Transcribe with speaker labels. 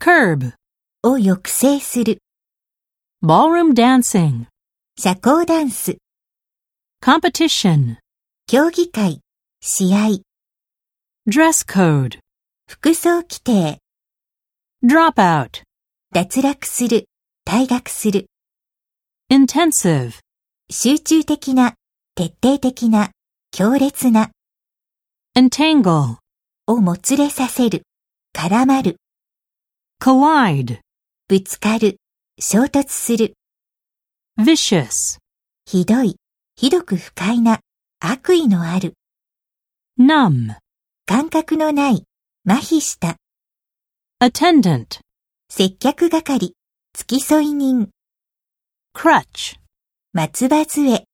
Speaker 1: curb,
Speaker 2: を抑制する
Speaker 1: ballroom dancing,
Speaker 2: 社交ダンス
Speaker 1: competition,
Speaker 2: 競技会試合
Speaker 1: dress code,
Speaker 2: 服装規定
Speaker 1: dropout,
Speaker 2: 脱落する退学する
Speaker 1: intensive,
Speaker 2: 集中的な徹底的な強烈な
Speaker 1: entangle,
Speaker 2: をもつれさせる絡まる
Speaker 1: collide,
Speaker 2: ぶつかる衝突する
Speaker 1: vicious,
Speaker 2: ひどいひどく不快な悪意のある
Speaker 1: numb,
Speaker 2: 感覚のない麻痺した
Speaker 1: attendant,
Speaker 2: 接客係付き添い人
Speaker 1: crutch.
Speaker 2: 松葉杖